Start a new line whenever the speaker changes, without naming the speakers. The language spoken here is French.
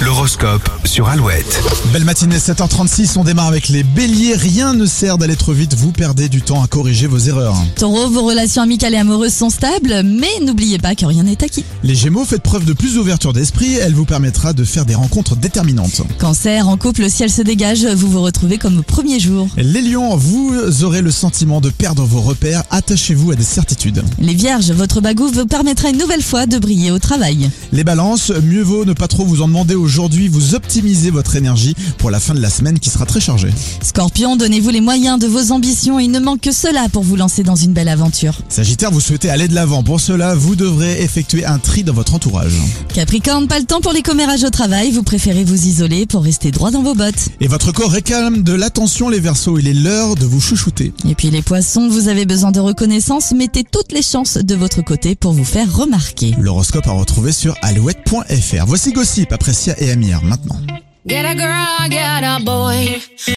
L'horoscope sur Alouette.
Belle matinée, 7h36, on démarre avec les béliers. Rien ne sert d'aller trop vite, vous perdez du temps à corriger vos erreurs.
Taureau, vos relations amicales et amoureuses sont stables, mais n'oubliez pas que rien n'est acquis.
Les gémeaux, faites preuve de plus d'ouverture d'esprit, elle vous permettra de faire des rencontres déterminantes.
Cancer, en couple, le ciel se dégage, vous vous retrouvez comme au premier jour.
Les lions, vous aurez le sentiment de perdre vos repères, attachez-vous à des certitudes.
Les vierges, votre bagou vous permettra une nouvelle fois de briller au travail.
Les balances, mieux vaut ne pas trop vous en demander aujourd'hui, vous optimisez votre énergie pour la fin de la semaine qui sera très chargée.
Scorpion, donnez-vous les moyens de vos ambitions, il ne manque que cela pour vous lancer dans une belle aventure.
Sagittaire, vous souhaitez aller de l'avant, pour cela, vous devrez effectuer un tri dans votre entourage.
Capricorne, pas le temps pour les commérages au travail, vous préférez vous isoler pour rester droit dans vos bottes.
Et votre corps réclame de l'attention les versos, il est l'heure de vous chouchouter.
Et puis les poissons, vous avez besoin de reconnaissance, mettez toutes les chances de votre côté pour vous faire remarquer.
L'horoscope à retrouver sur alouette.fr. Voici Gossip, Aprecia et Amir maintenant.
Get a girl, get a boy.